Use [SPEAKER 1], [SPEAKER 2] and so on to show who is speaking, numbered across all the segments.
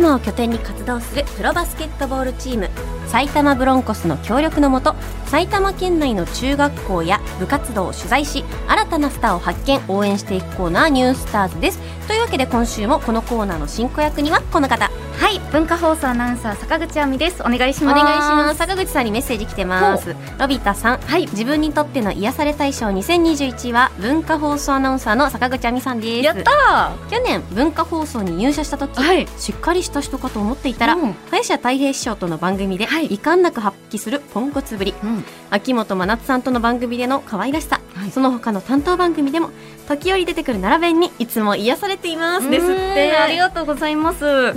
[SPEAKER 1] ンを拠点に活動するプロバスケットボールチーム埼玉ブロンコスの協力のもと埼玉県内の中学校や部活動を取材し新たなスターを発見応援していくコーナーニュースターズですというわけで今週もこのコーナーの進行役にはこの方
[SPEAKER 2] はい、文化放送アナウンサー坂口亜美です。お願いし
[SPEAKER 1] お
[SPEAKER 2] ます。
[SPEAKER 1] 願いします坂口さんにメッセージ来てますロビタさん
[SPEAKER 2] はい、
[SPEAKER 1] 自分にとっての癒され大賞2021は文化放送アナウンサーの坂口亜美さんです
[SPEAKER 2] やった
[SPEAKER 1] 去年文化放送に入社した時、
[SPEAKER 2] はい
[SPEAKER 1] しっかりした人かと思っていたら、
[SPEAKER 2] うん
[SPEAKER 1] 林家たい平師匠との番組で、
[SPEAKER 2] はい
[SPEAKER 1] 遺憾なく発揮するポンコツぶり
[SPEAKER 2] ー。うん、
[SPEAKER 1] 秋元真夏さんとの番組での可愛らしさ、
[SPEAKER 2] はい
[SPEAKER 1] その他の担当番組でも時折出てくる奈良弁にいつも癒されていますですって
[SPEAKER 2] ありがとうございます。
[SPEAKER 1] わ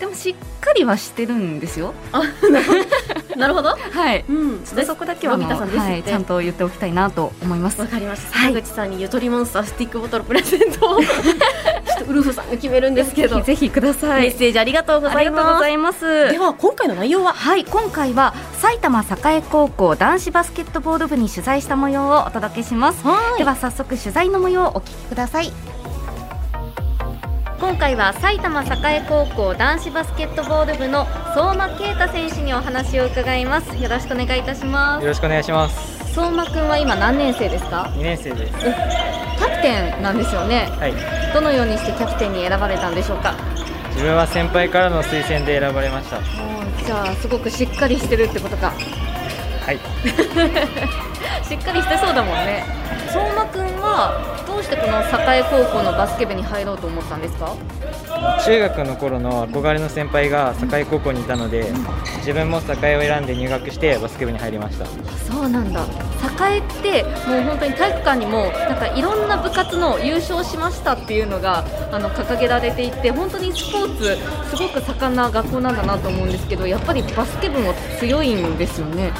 [SPEAKER 2] でもしっかりはしてるんですよ。
[SPEAKER 1] あなるほど、
[SPEAKER 2] はい。
[SPEAKER 1] うん、ちょっとそ
[SPEAKER 2] そ
[SPEAKER 1] こ
[SPEAKER 2] こだけはあの
[SPEAKER 1] ロビタさんですって
[SPEAKER 2] はい、ちゃんと言っておきたいなと思います
[SPEAKER 1] わ。かりました
[SPEAKER 2] はい
[SPEAKER 1] 坂口さんにゆとりモンスタースティックボトルプレゼン トをちょっとウルフさんが決めるんです けど
[SPEAKER 2] ぜひぜひくださ
[SPEAKER 1] メ
[SPEAKER 2] い。
[SPEAKER 1] ッセージありがとうご
[SPEAKER 2] あ
[SPEAKER 1] ざ
[SPEAKER 2] り
[SPEAKER 1] い
[SPEAKER 2] がとう
[SPEAKER 1] ま
[SPEAKER 2] ご
[SPEAKER 1] す
[SPEAKER 2] ざいます
[SPEAKER 1] で。は今回の内容は
[SPEAKER 2] はい、今回は埼玉栄高校男子バスケットボール部に取材した模様をお届けします。では早速取材の模様をお聞きください今回は埼玉栄高校男子バスケットボール部の相馬啓太選手にお話を伺いますよろしくお願いいたしま
[SPEAKER 3] よろしくお願いします。
[SPEAKER 2] す相馬くんは今何年生ですか
[SPEAKER 3] 2年生です。
[SPEAKER 2] キャプテンなんですよね
[SPEAKER 3] はい。
[SPEAKER 2] どのようにしてキャプテンに選ばれたんでしょうか
[SPEAKER 3] 自分は先輩からの推薦で選ばれました。は
[SPEAKER 2] じゃあすごくしっかりしてるってことか
[SPEAKER 3] い。
[SPEAKER 2] しっかりしてそうだもんね相馬くんはどうしてこの栄高校のバスケ部に入ろうと思ったんですか
[SPEAKER 3] 中学の頃の憧れの先輩が栄高校にいたので、自分も栄を選んで入学してバスケ部に入りました。
[SPEAKER 2] そうなんだ栄ってもう本当に体育館にもなんかいろんな部活の優勝しましたっていうのがあの掲げられていて本当にスポーツすごく盛んな学校なんだなと思うんですけどやっぱりバスケ部も強いんですよね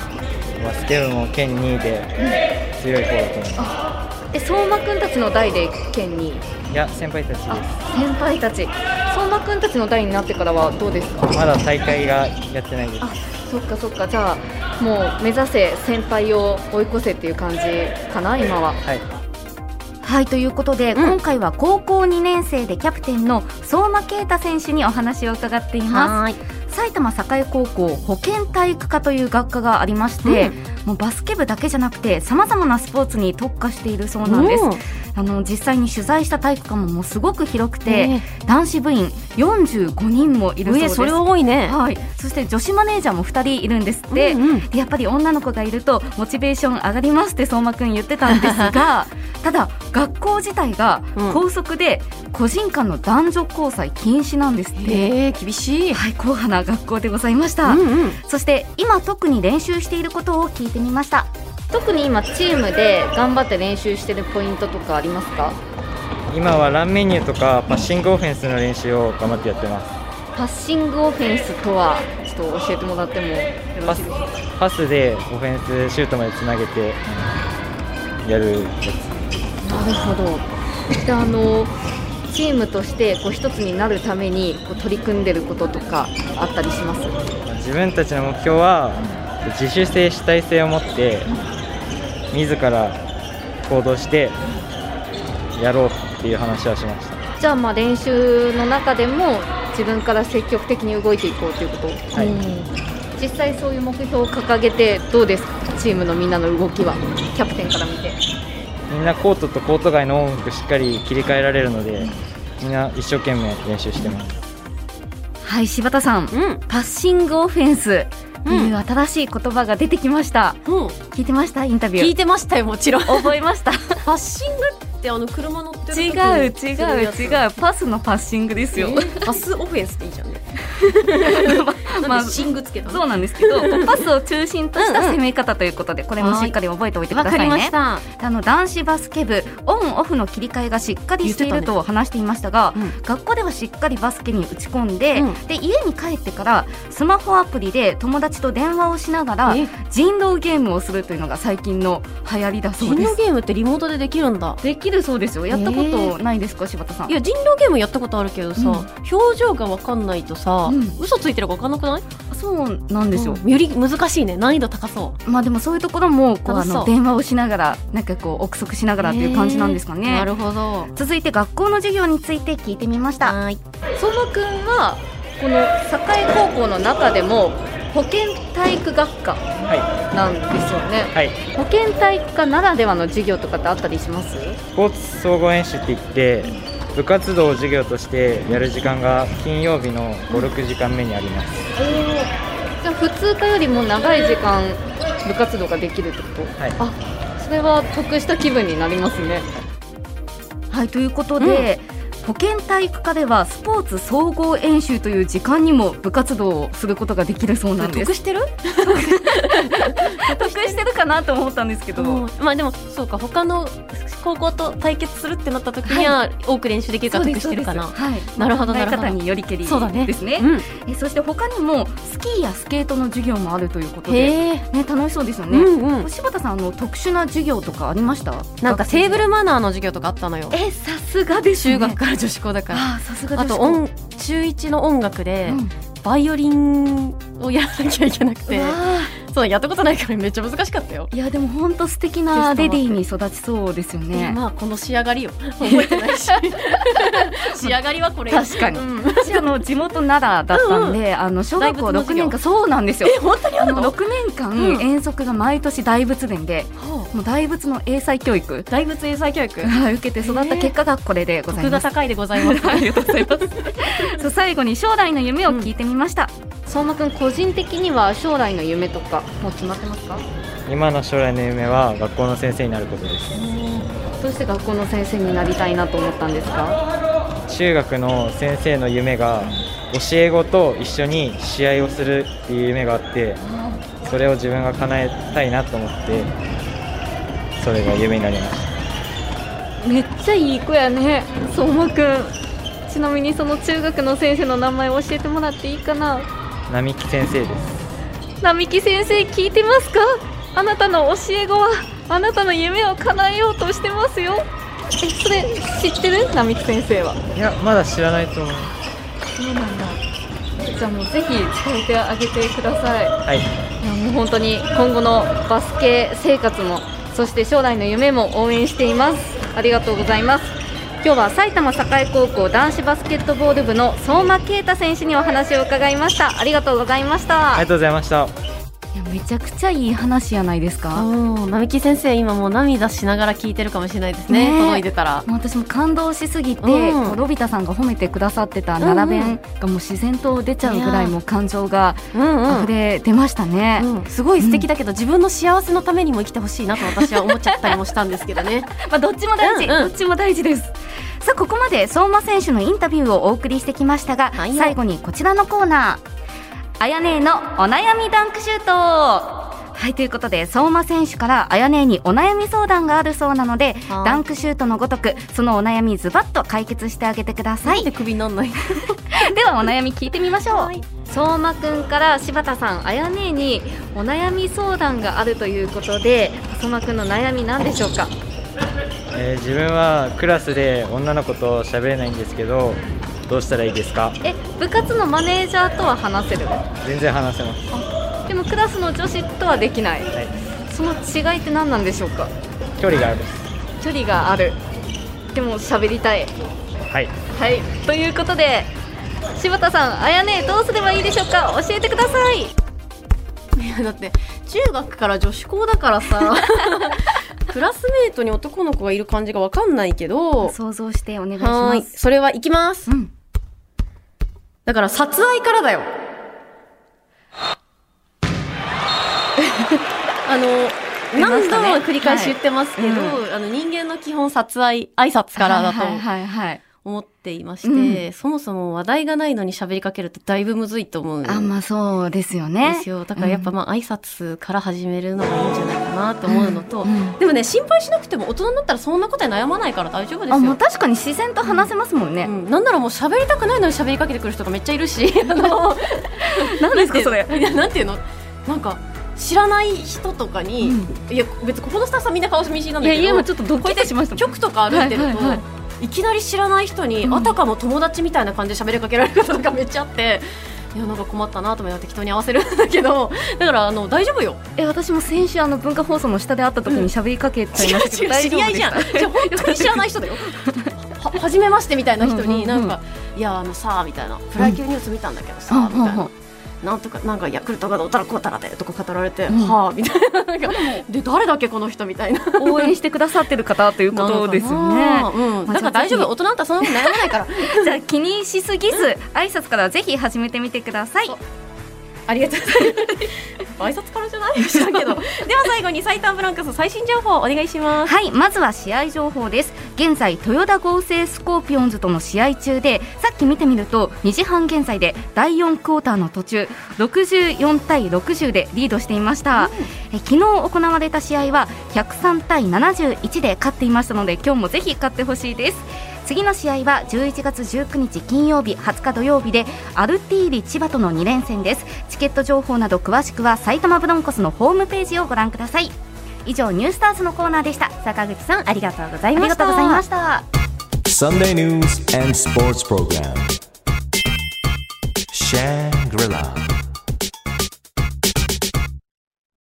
[SPEAKER 3] バスケ部も県2位で強い方だと思いま
[SPEAKER 2] え相馬くんたちの代で県に
[SPEAKER 3] す。いや、先輩たちです。
[SPEAKER 2] あ先輩たち相馬くんたちの代になってからはどうですか
[SPEAKER 3] まだ大会がやってないです。
[SPEAKER 2] あそっかそっかじゃあもう目指せ先輩を追い越せっていう感じかな今は
[SPEAKER 3] はい。
[SPEAKER 2] はいということで、
[SPEAKER 1] うん
[SPEAKER 2] 今回は高校2年生でキャプテンの相馬啓太選手にお話を伺っていま
[SPEAKER 1] い
[SPEAKER 2] す埼玉栄高校保健体育科という学科がありまして、
[SPEAKER 1] うん
[SPEAKER 2] もうバスケ部だけじゃなくてさまざまなスポーツに特化しているそうなんですあの実際に取材した体育館ももうすごく広くて、
[SPEAKER 1] ね
[SPEAKER 2] 男子部員45人もいるそう
[SPEAKER 1] 上
[SPEAKER 2] です
[SPEAKER 1] それは多いね
[SPEAKER 2] はい、そして女子マネージャーも2人いるんですって、
[SPEAKER 1] うんうん
[SPEAKER 2] でやっぱり女の子がいるとモチベーション上がりますって相馬くん言ってたんです がただ学校自体が
[SPEAKER 1] うん
[SPEAKER 2] 校則で個人間の男女交際禁止なんですって、
[SPEAKER 1] へえ厳しい
[SPEAKER 2] はい硬派な学校でございました、
[SPEAKER 1] うんうん
[SPEAKER 2] そして今特に練習していることを聞いてみました特に今チームで頑張って練習してるポイントとかありますか
[SPEAKER 3] 今はランメニューとかパッシングオフェンスの練習を頑張ってやってます。
[SPEAKER 2] パッシングオフェンスとはちょっと教えてもらってもよろ
[SPEAKER 3] パ
[SPEAKER 2] し
[SPEAKER 3] ス
[SPEAKER 2] いですか
[SPEAKER 3] パスでオフェンスシュートまでつなげてやるやつ。
[SPEAKER 2] なるほど。で、あのチームとしてこう一つになるためにこう取り組んでることとかあったりします。
[SPEAKER 3] 自分たちの目標は自主性主体性を持って自ら行動してやろうっていう話はしました
[SPEAKER 2] じゃあまあ練習の中でも自分から積極的に動いていこうということ。
[SPEAKER 3] はい
[SPEAKER 2] うん実際そういう目標を掲げてどうですか。チームのみんなの動きはキャプテンから見て。
[SPEAKER 3] みんなコートとコート外の音楽しっかり切り替えられるのでみんな一生懸命練習してます
[SPEAKER 2] はい、柴田さん。
[SPEAKER 1] うん
[SPEAKER 2] パッシングオフェンス
[SPEAKER 1] という
[SPEAKER 2] 新しい言葉が出てきました。
[SPEAKER 1] うん
[SPEAKER 2] 聞いてましたインタビ
[SPEAKER 1] 聞いてましたよもちろん
[SPEAKER 2] 覚えま した。
[SPEAKER 1] パッシングってあの車乗ってる時に
[SPEAKER 2] 違う違
[SPEAKER 1] するや
[SPEAKER 2] う
[SPEAKER 1] つ
[SPEAKER 2] 違うパスのパッシングですよ。
[SPEAKER 1] えパスオフェンスっていいじゃんね な
[SPEAKER 2] ま
[SPEAKER 1] ん
[SPEAKER 2] あ
[SPEAKER 1] でシングつけたの
[SPEAKER 2] そうなんですけ ど、パスを中心とした攻め方ということで、これもしっかり覚えておいてくださいね。
[SPEAKER 1] た
[SPEAKER 2] あの男子バスケ部、オンオフの切り替えがしっかりしてい
[SPEAKER 1] 言っ
[SPEAKER 2] る
[SPEAKER 1] てた
[SPEAKER 2] と話していましたが、
[SPEAKER 1] うん
[SPEAKER 2] 学校ではしっかりバスケに打ち込んで、
[SPEAKER 1] うん
[SPEAKER 2] で家に帰ってからスマホアプリで友達と電話をしながら
[SPEAKER 1] え
[SPEAKER 2] 人狼ゲームをするというのが最近の流行りだそう
[SPEAKER 1] 人
[SPEAKER 2] で
[SPEAKER 1] 狼
[SPEAKER 2] す。
[SPEAKER 1] ゲームってリモートでできるんだ
[SPEAKER 2] できるそうですよ。やったことないですか、柴田さん。
[SPEAKER 1] いや人狼ゲームやったことあるけどさ、
[SPEAKER 2] うん
[SPEAKER 1] 表情がわかんないとさ、
[SPEAKER 2] うん
[SPEAKER 1] 嘘ついてるかわかんなくない
[SPEAKER 2] そうなんですよ。
[SPEAKER 1] うんより難しいね難易度高そ
[SPEAKER 2] まあでもそういうところもこうあ
[SPEAKER 1] 楽しそう
[SPEAKER 2] の電話をしながらなんかこう憶測しながらっていう感じなんですか
[SPEAKER 1] う、
[SPEAKER 2] ね。
[SPEAKER 1] るほど
[SPEAKER 2] 続いて学校の授業について聞いてみました
[SPEAKER 1] はい
[SPEAKER 2] 相馬くんはこの栄高校の中でも保健体育学科
[SPEAKER 3] は
[SPEAKER 2] なんですよね、
[SPEAKER 3] い、はい、
[SPEAKER 2] 保健体育科ならではの授業とかってあったりします
[SPEAKER 3] スポーツ総合演習って言って部活動を授業としてやる時間が金曜日の56時間目にあります
[SPEAKER 2] じゃあ普通科よりも長い時間部活動ができるってこと、
[SPEAKER 3] はい
[SPEAKER 2] あそれは得した気分になりますね
[SPEAKER 4] はいということで、保健体育科ではスポーツ総合演習という時間にも部活動をすることができるそうなんです
[SPEAKER 1] 得してる
[SPEAKER 4] 得してるかなと思ったんですけど、
[SPEAKER 1] うんまあでもそうか他の高校と対決するってなった時には、多く練習できるから得してるかな
[SPEAKER 4] はい、
[SPEAKER 1] なるほど
[SPEAKER 4] 考え
[SPEAKER 1] なるほど
[SPEAKER 4] 方によりけり
[SPEAKER 1] そうだね
[SPEAKER 4] ですね
[SPEAKER 1] うん
[SPEAKER 4] えそして他にもスキーやスケートの授業もあるということで、
[SPEAKER 1] へえ、
[SPEAKER 4] ね、楽しそうですよ
[SPEAKER 1] う
[SPEAKER 4] ね、
[SPEAKER 1] んうん
[SPEAKER 4] 柴田さんあの特殊な授業とかありました
[SPEAKER 1] なんかテーブ
[SPEAKER 4] ル
[SPEAKER 1] ルマナーの授業とかあったのよ
[SPEAKER 4] えさすがです、ね、
[SPEAKER 1] 中学から女子校だから、
[SPEAKER 4] あーさすが
[SPEAKER 1] あ
[SPEAKER 4] です
[SPEAKER 1] と音中1の音楽で、
[SPEAKER 4] うん
[SPEAKER 1] バイオリンをやらなきゃいけなくて
[SPEAKER 4] うわ
[SPEAKER 1] そうやったことないからめっちゃ難しかったよ、
[SPEAKER 4] ーいやでも本当素敵なレディーに育ちそうですよ
[SPEAKER 1] で
[SPEAKER 4] ね
[SPEAKER 1] まあこの仕上 がりよ覚えてないし仕上がりはこれよ
[SPEAKER 4] 確かに
[SPEAKER 1] うん
[SPEAKER 4] 私あの地元奈良だったんで、あの小学校
[SPEAKER 1] 大仏の
[SPEAKER 4] 6
[SPEAKER 1] 授業
[SPEAKER 4] 年間そうなんですよ
[SPEAKER 1] え本当にあ
[SPEAKER 4] あ
[SPEAKER 1] る
[SPEAKER 4] の
[SPEAKER 1] の
[SPEAKER 4] 6年間、
[SPEAKER 1] うん
[SPEAKER 4] 遠足が毎年大仏殿で
[SPEAKER 1] ほう
[SPEAKER 4] もう大仏の英才教育
[SPEAKER 1] 大仏英才教育
[SPEAKER 4] はい受けて育った結果がこれでございま
[SPEAKER 1] 徳が
[SPEAKER 4] す。
[SPEAKER 1] 高いでございます
[SPEAKER 4] あ りがとうござい ます。そう最後に将来の夢を聞いてみました。
[SPEAKER 2] 相馬くん個人的には将来の夢とかもう決まってますか
[SPEAKER 3] 今の将来の夢は学校の先生になることです
[SPEAKER 2] どうして学校の先生になりたいなと思ったんですか
[SPEAKER 3] 中学の先生の夢が教え子と一緒に試合をするっていう夢があってそれを自分が叶えたいなと思ってそれが夢になりました
[SPEAKER 2] めっちゃいい子やね相馬くんちなみにその中学の先生の名前を教えてもらっていいかな
[SPEAKER 3] 並木先生です
[SPEAKER 2] 並木先生聞いてますかあなたの教え子はあなたの夢を叶えようとしてますよえそれ知ってる並木先生はい
[SPEAKER 3] やまだ知らないと思う
[SPEAKER 2] そうなんだじゃあもうぜひ伝えてあげてください
[SPEAKER 3] はい
[SPEAKER 2] いやもう本当に今後のバスケ生活もそして将来の夢も応援していますありがとうございます今日は埼玉栄高校男子バスケットボール部の相馬啓太選手にお話を伺いましたありがとうございました
[SPEAKER 3] ありがとうございました
[SPEAKER 4] いやめちゃくちゃいい話やないですか。も
[SPEAKER 1] おー並木先生今もう涙しながら聞いてるかもしれないですね
[SPEAKER 4] ねえ
[SPEAKER 1] 届いてたら
[SPEAKER 4] う私も感動しすぎて、
[SPEAKER 1] うん
[SPEAKER 4] こうロビタさんが褒めてくださってた奈良弁がもう自然と出ちゃうぐらいもう感情が
[SPEAKER 1] うんう
[SPEAKER 4] 溢
[SPEAKER 1] ん
[SPEAKER 4] れ出ましたね。
[SPEAKER 1] うん、すごい素敵だけど、自分の幸せのためにも生きてほしいなと私は思っちゃったりもしたんですけどね
[SPEAKER 4] まあどっちも大事、
[SPEAKER 1] うんうん
[SPEAKER 4] どっちも大事です。さあここまで相馬選手のインタビューをお送りしてきましたが、
[SPEAKER 1] はいよ
[SPEAKER 4] 最後にこちらのコーナー、あやねえのお悩みダンクシュート。はいということで相馬選手からあやねえにお悩み相談があるそうなので、
[SPEAKER 1] はい
[SPEAKER 4] ダンクシュートのごとくそのお悩みズバッと解決してあげてくださ
[SPEAKER 1] なん
[SPEAKER 4] い。
[SPEAKER 1] でクビになんない
[SPEAKER 4] ではお悩み聞いてみましょう。
[SPEAKER 1] はい
[SPEAKER 2] 相馬くんから柴田さんあやねえにお悩み相談があるということで相馬くんの悩みなんでしょうか
[SPEAKER 3] えー自分はクラスで女の子と喋れないんですけどどうしたらいいですか
[SPEAKER 2] え部活のマネージャーとは話せる
[SPEAKER 3] 全然話せます、
[SPEAKER 2] でもクラスの女子とはできない
[SPEAKER 3] はい、
[SPEAKER 2] その違いって何なんでしょうか
[SPEAKER 3] 距離がある
[SPEAKER 2] 距離があるでも喋りたい
[SPEAKER 3] はい
[SPEAKER 2] はいということで柴田さんあやねどうすればいいでしょうか教えてください
[SPEAKER 1] いやだって中学から女子校だから さクラスメートに男の子がいる感じがわかんないけど
[SPEAKER 4] 想像してお願いし
[SPEAKER 1] は
[SPEAKER 4] ま
[SPEAKER 1] ーい
[SPEAKER 4] す。
[SPEAKER 1] それは行きます
[SPEAKER 4] うん、
[SPEAKER 1] だから殺愛からだよ あの
[SPEAKER 4] 出ま
[SPEAKER 1] 何
[SPEAKER 4] した
[SPEAKER 1] 度
[SPEAKER 4] ね
[SPEAKER 1] も繰り返し言ってますけど、
[SPEAKER 4] は
[SPEAKER 1] あの人間の基本殺愛挨拶からだと
[SPEAKER 4] はいはいはい、
[SPEAKER 1] 思っていまして、
[SPEAKER 4] うん
[SPEAKER 1] そもそも話題がないのに喋りかけるとだいぶむずいと思うんで
[SPEAKER 4] あまあそうですよね。
[SPEAKER 1] すよ。だからやっぱまあ挨拶から始めるのがいいんじゃないかなと思うのと、
[SPEAKER 4] んん
[SPEAKER 1] でもね心配しなくても大人になったらそんなことに悩まないから大丈夫です
[SPEAKER 4] あもう
[SPEAKER 1] よ。
[SPEAKER 4] 確かに自然と話せますもんね。
[SPEAKER 1] うん、なんならもう喋りたくないのに喋りかけてくる人がめっちゃいる し、あの
[SPEAKER 4] 何ですか
[SPEAKER 1] て
[SPEAKER 4] それ。
[SPEAKER 1] いやなんていうの、なんか知らない人とかに、いや別にここのスタッフさんみんな顔見知りなん
[SPEAKER 4] い
[SPEAKER 1] だ
[SPEAKER 4] や
[SPEAKER 1] けど、
[SPEAKER 4] 家もちょっとドッキリしましたもん。
[SPEAKER 1] 局とか歩いてると、
[SPEAKER 4] はいいはいはい
[SPEAKER 1] きなり知らない人に、
[SPEAKER 4] うん
[SPEAKER 1] あたかも友達みたいな感じで喋りかけられることがめっちゃあって。いやなんか困ったなと思って適当に合わせるんだけどだからあの大丈夫よ
[SPEAKER 4] え私も先週あの文化放送の下で会った時に喋りかけちゃいましたけど、
[SPEAKER 1] 知り合いじゃん
[SPEAKER 4] 大丈夫で
[SPEAKER 1] じゃあ本当に知らない人だよは初めましてみたいな人
[SPEAKER 2] うんうんう
[SPEAKER 1] に
[SPEAKER 2] ん
[SPEAKER 1] なんか「いやあのさ」みたいな「プロ野球ニュース見たんだけどさ」み たいな。なんとかなんかヤクルトがどうたらこうたらでとか語られて、
[SPEAKER 2] うん
[SPEAKER 1] はあみたいななんかで誰だっけこの人みたいな
[SPEAKER 2] 応援してくださってる方ということですよ
[SPEAKER 1] なの。か
[SPEAKER 2] ね
[SPEAKER 1] なうん、
[SPEAKER 2] まあ
[SPEAKER 1] だから大丈
[SPEAKER 2] じゃ
[SPEAKER 1] 夫
[SPEAKER 2] あ
[SPEAKER 1] 大人だったらそんなこと悩まないから
[SPEAKER 2] じゃあ気にしすぎず、挨拶からぜひ始めてみてください。
[SPEAKER 1] ありがとうございます挨拶からじゃない知らんけどでは最後に埼玉ブロンクス最新情報お願いします
[SPEAKER 2] はい、まずは試合情報です。現在、豊田合成スコーピオンズとの試合中で、さっき見てみると、2時半現在で第4クォーターの途中、64対60でリードしていました。え昨日行われた試合は、103対71で勝っていましたので、今日もぜひ勝ってほしいです。次の試合は11月19日金曜日20日土曜日でアルティーリ千葉との2連戦ですチケット情報など詳しくは埼玉ブロンコスのホームページをご覧ください以上ニュースターズのコーナーでした坂口さんありがとうございました
[SPEAKER 1] ありがとうございま
[SPEAKER 2] した
[SPEAKER 5] Sunday news and sports program. Shangri-La.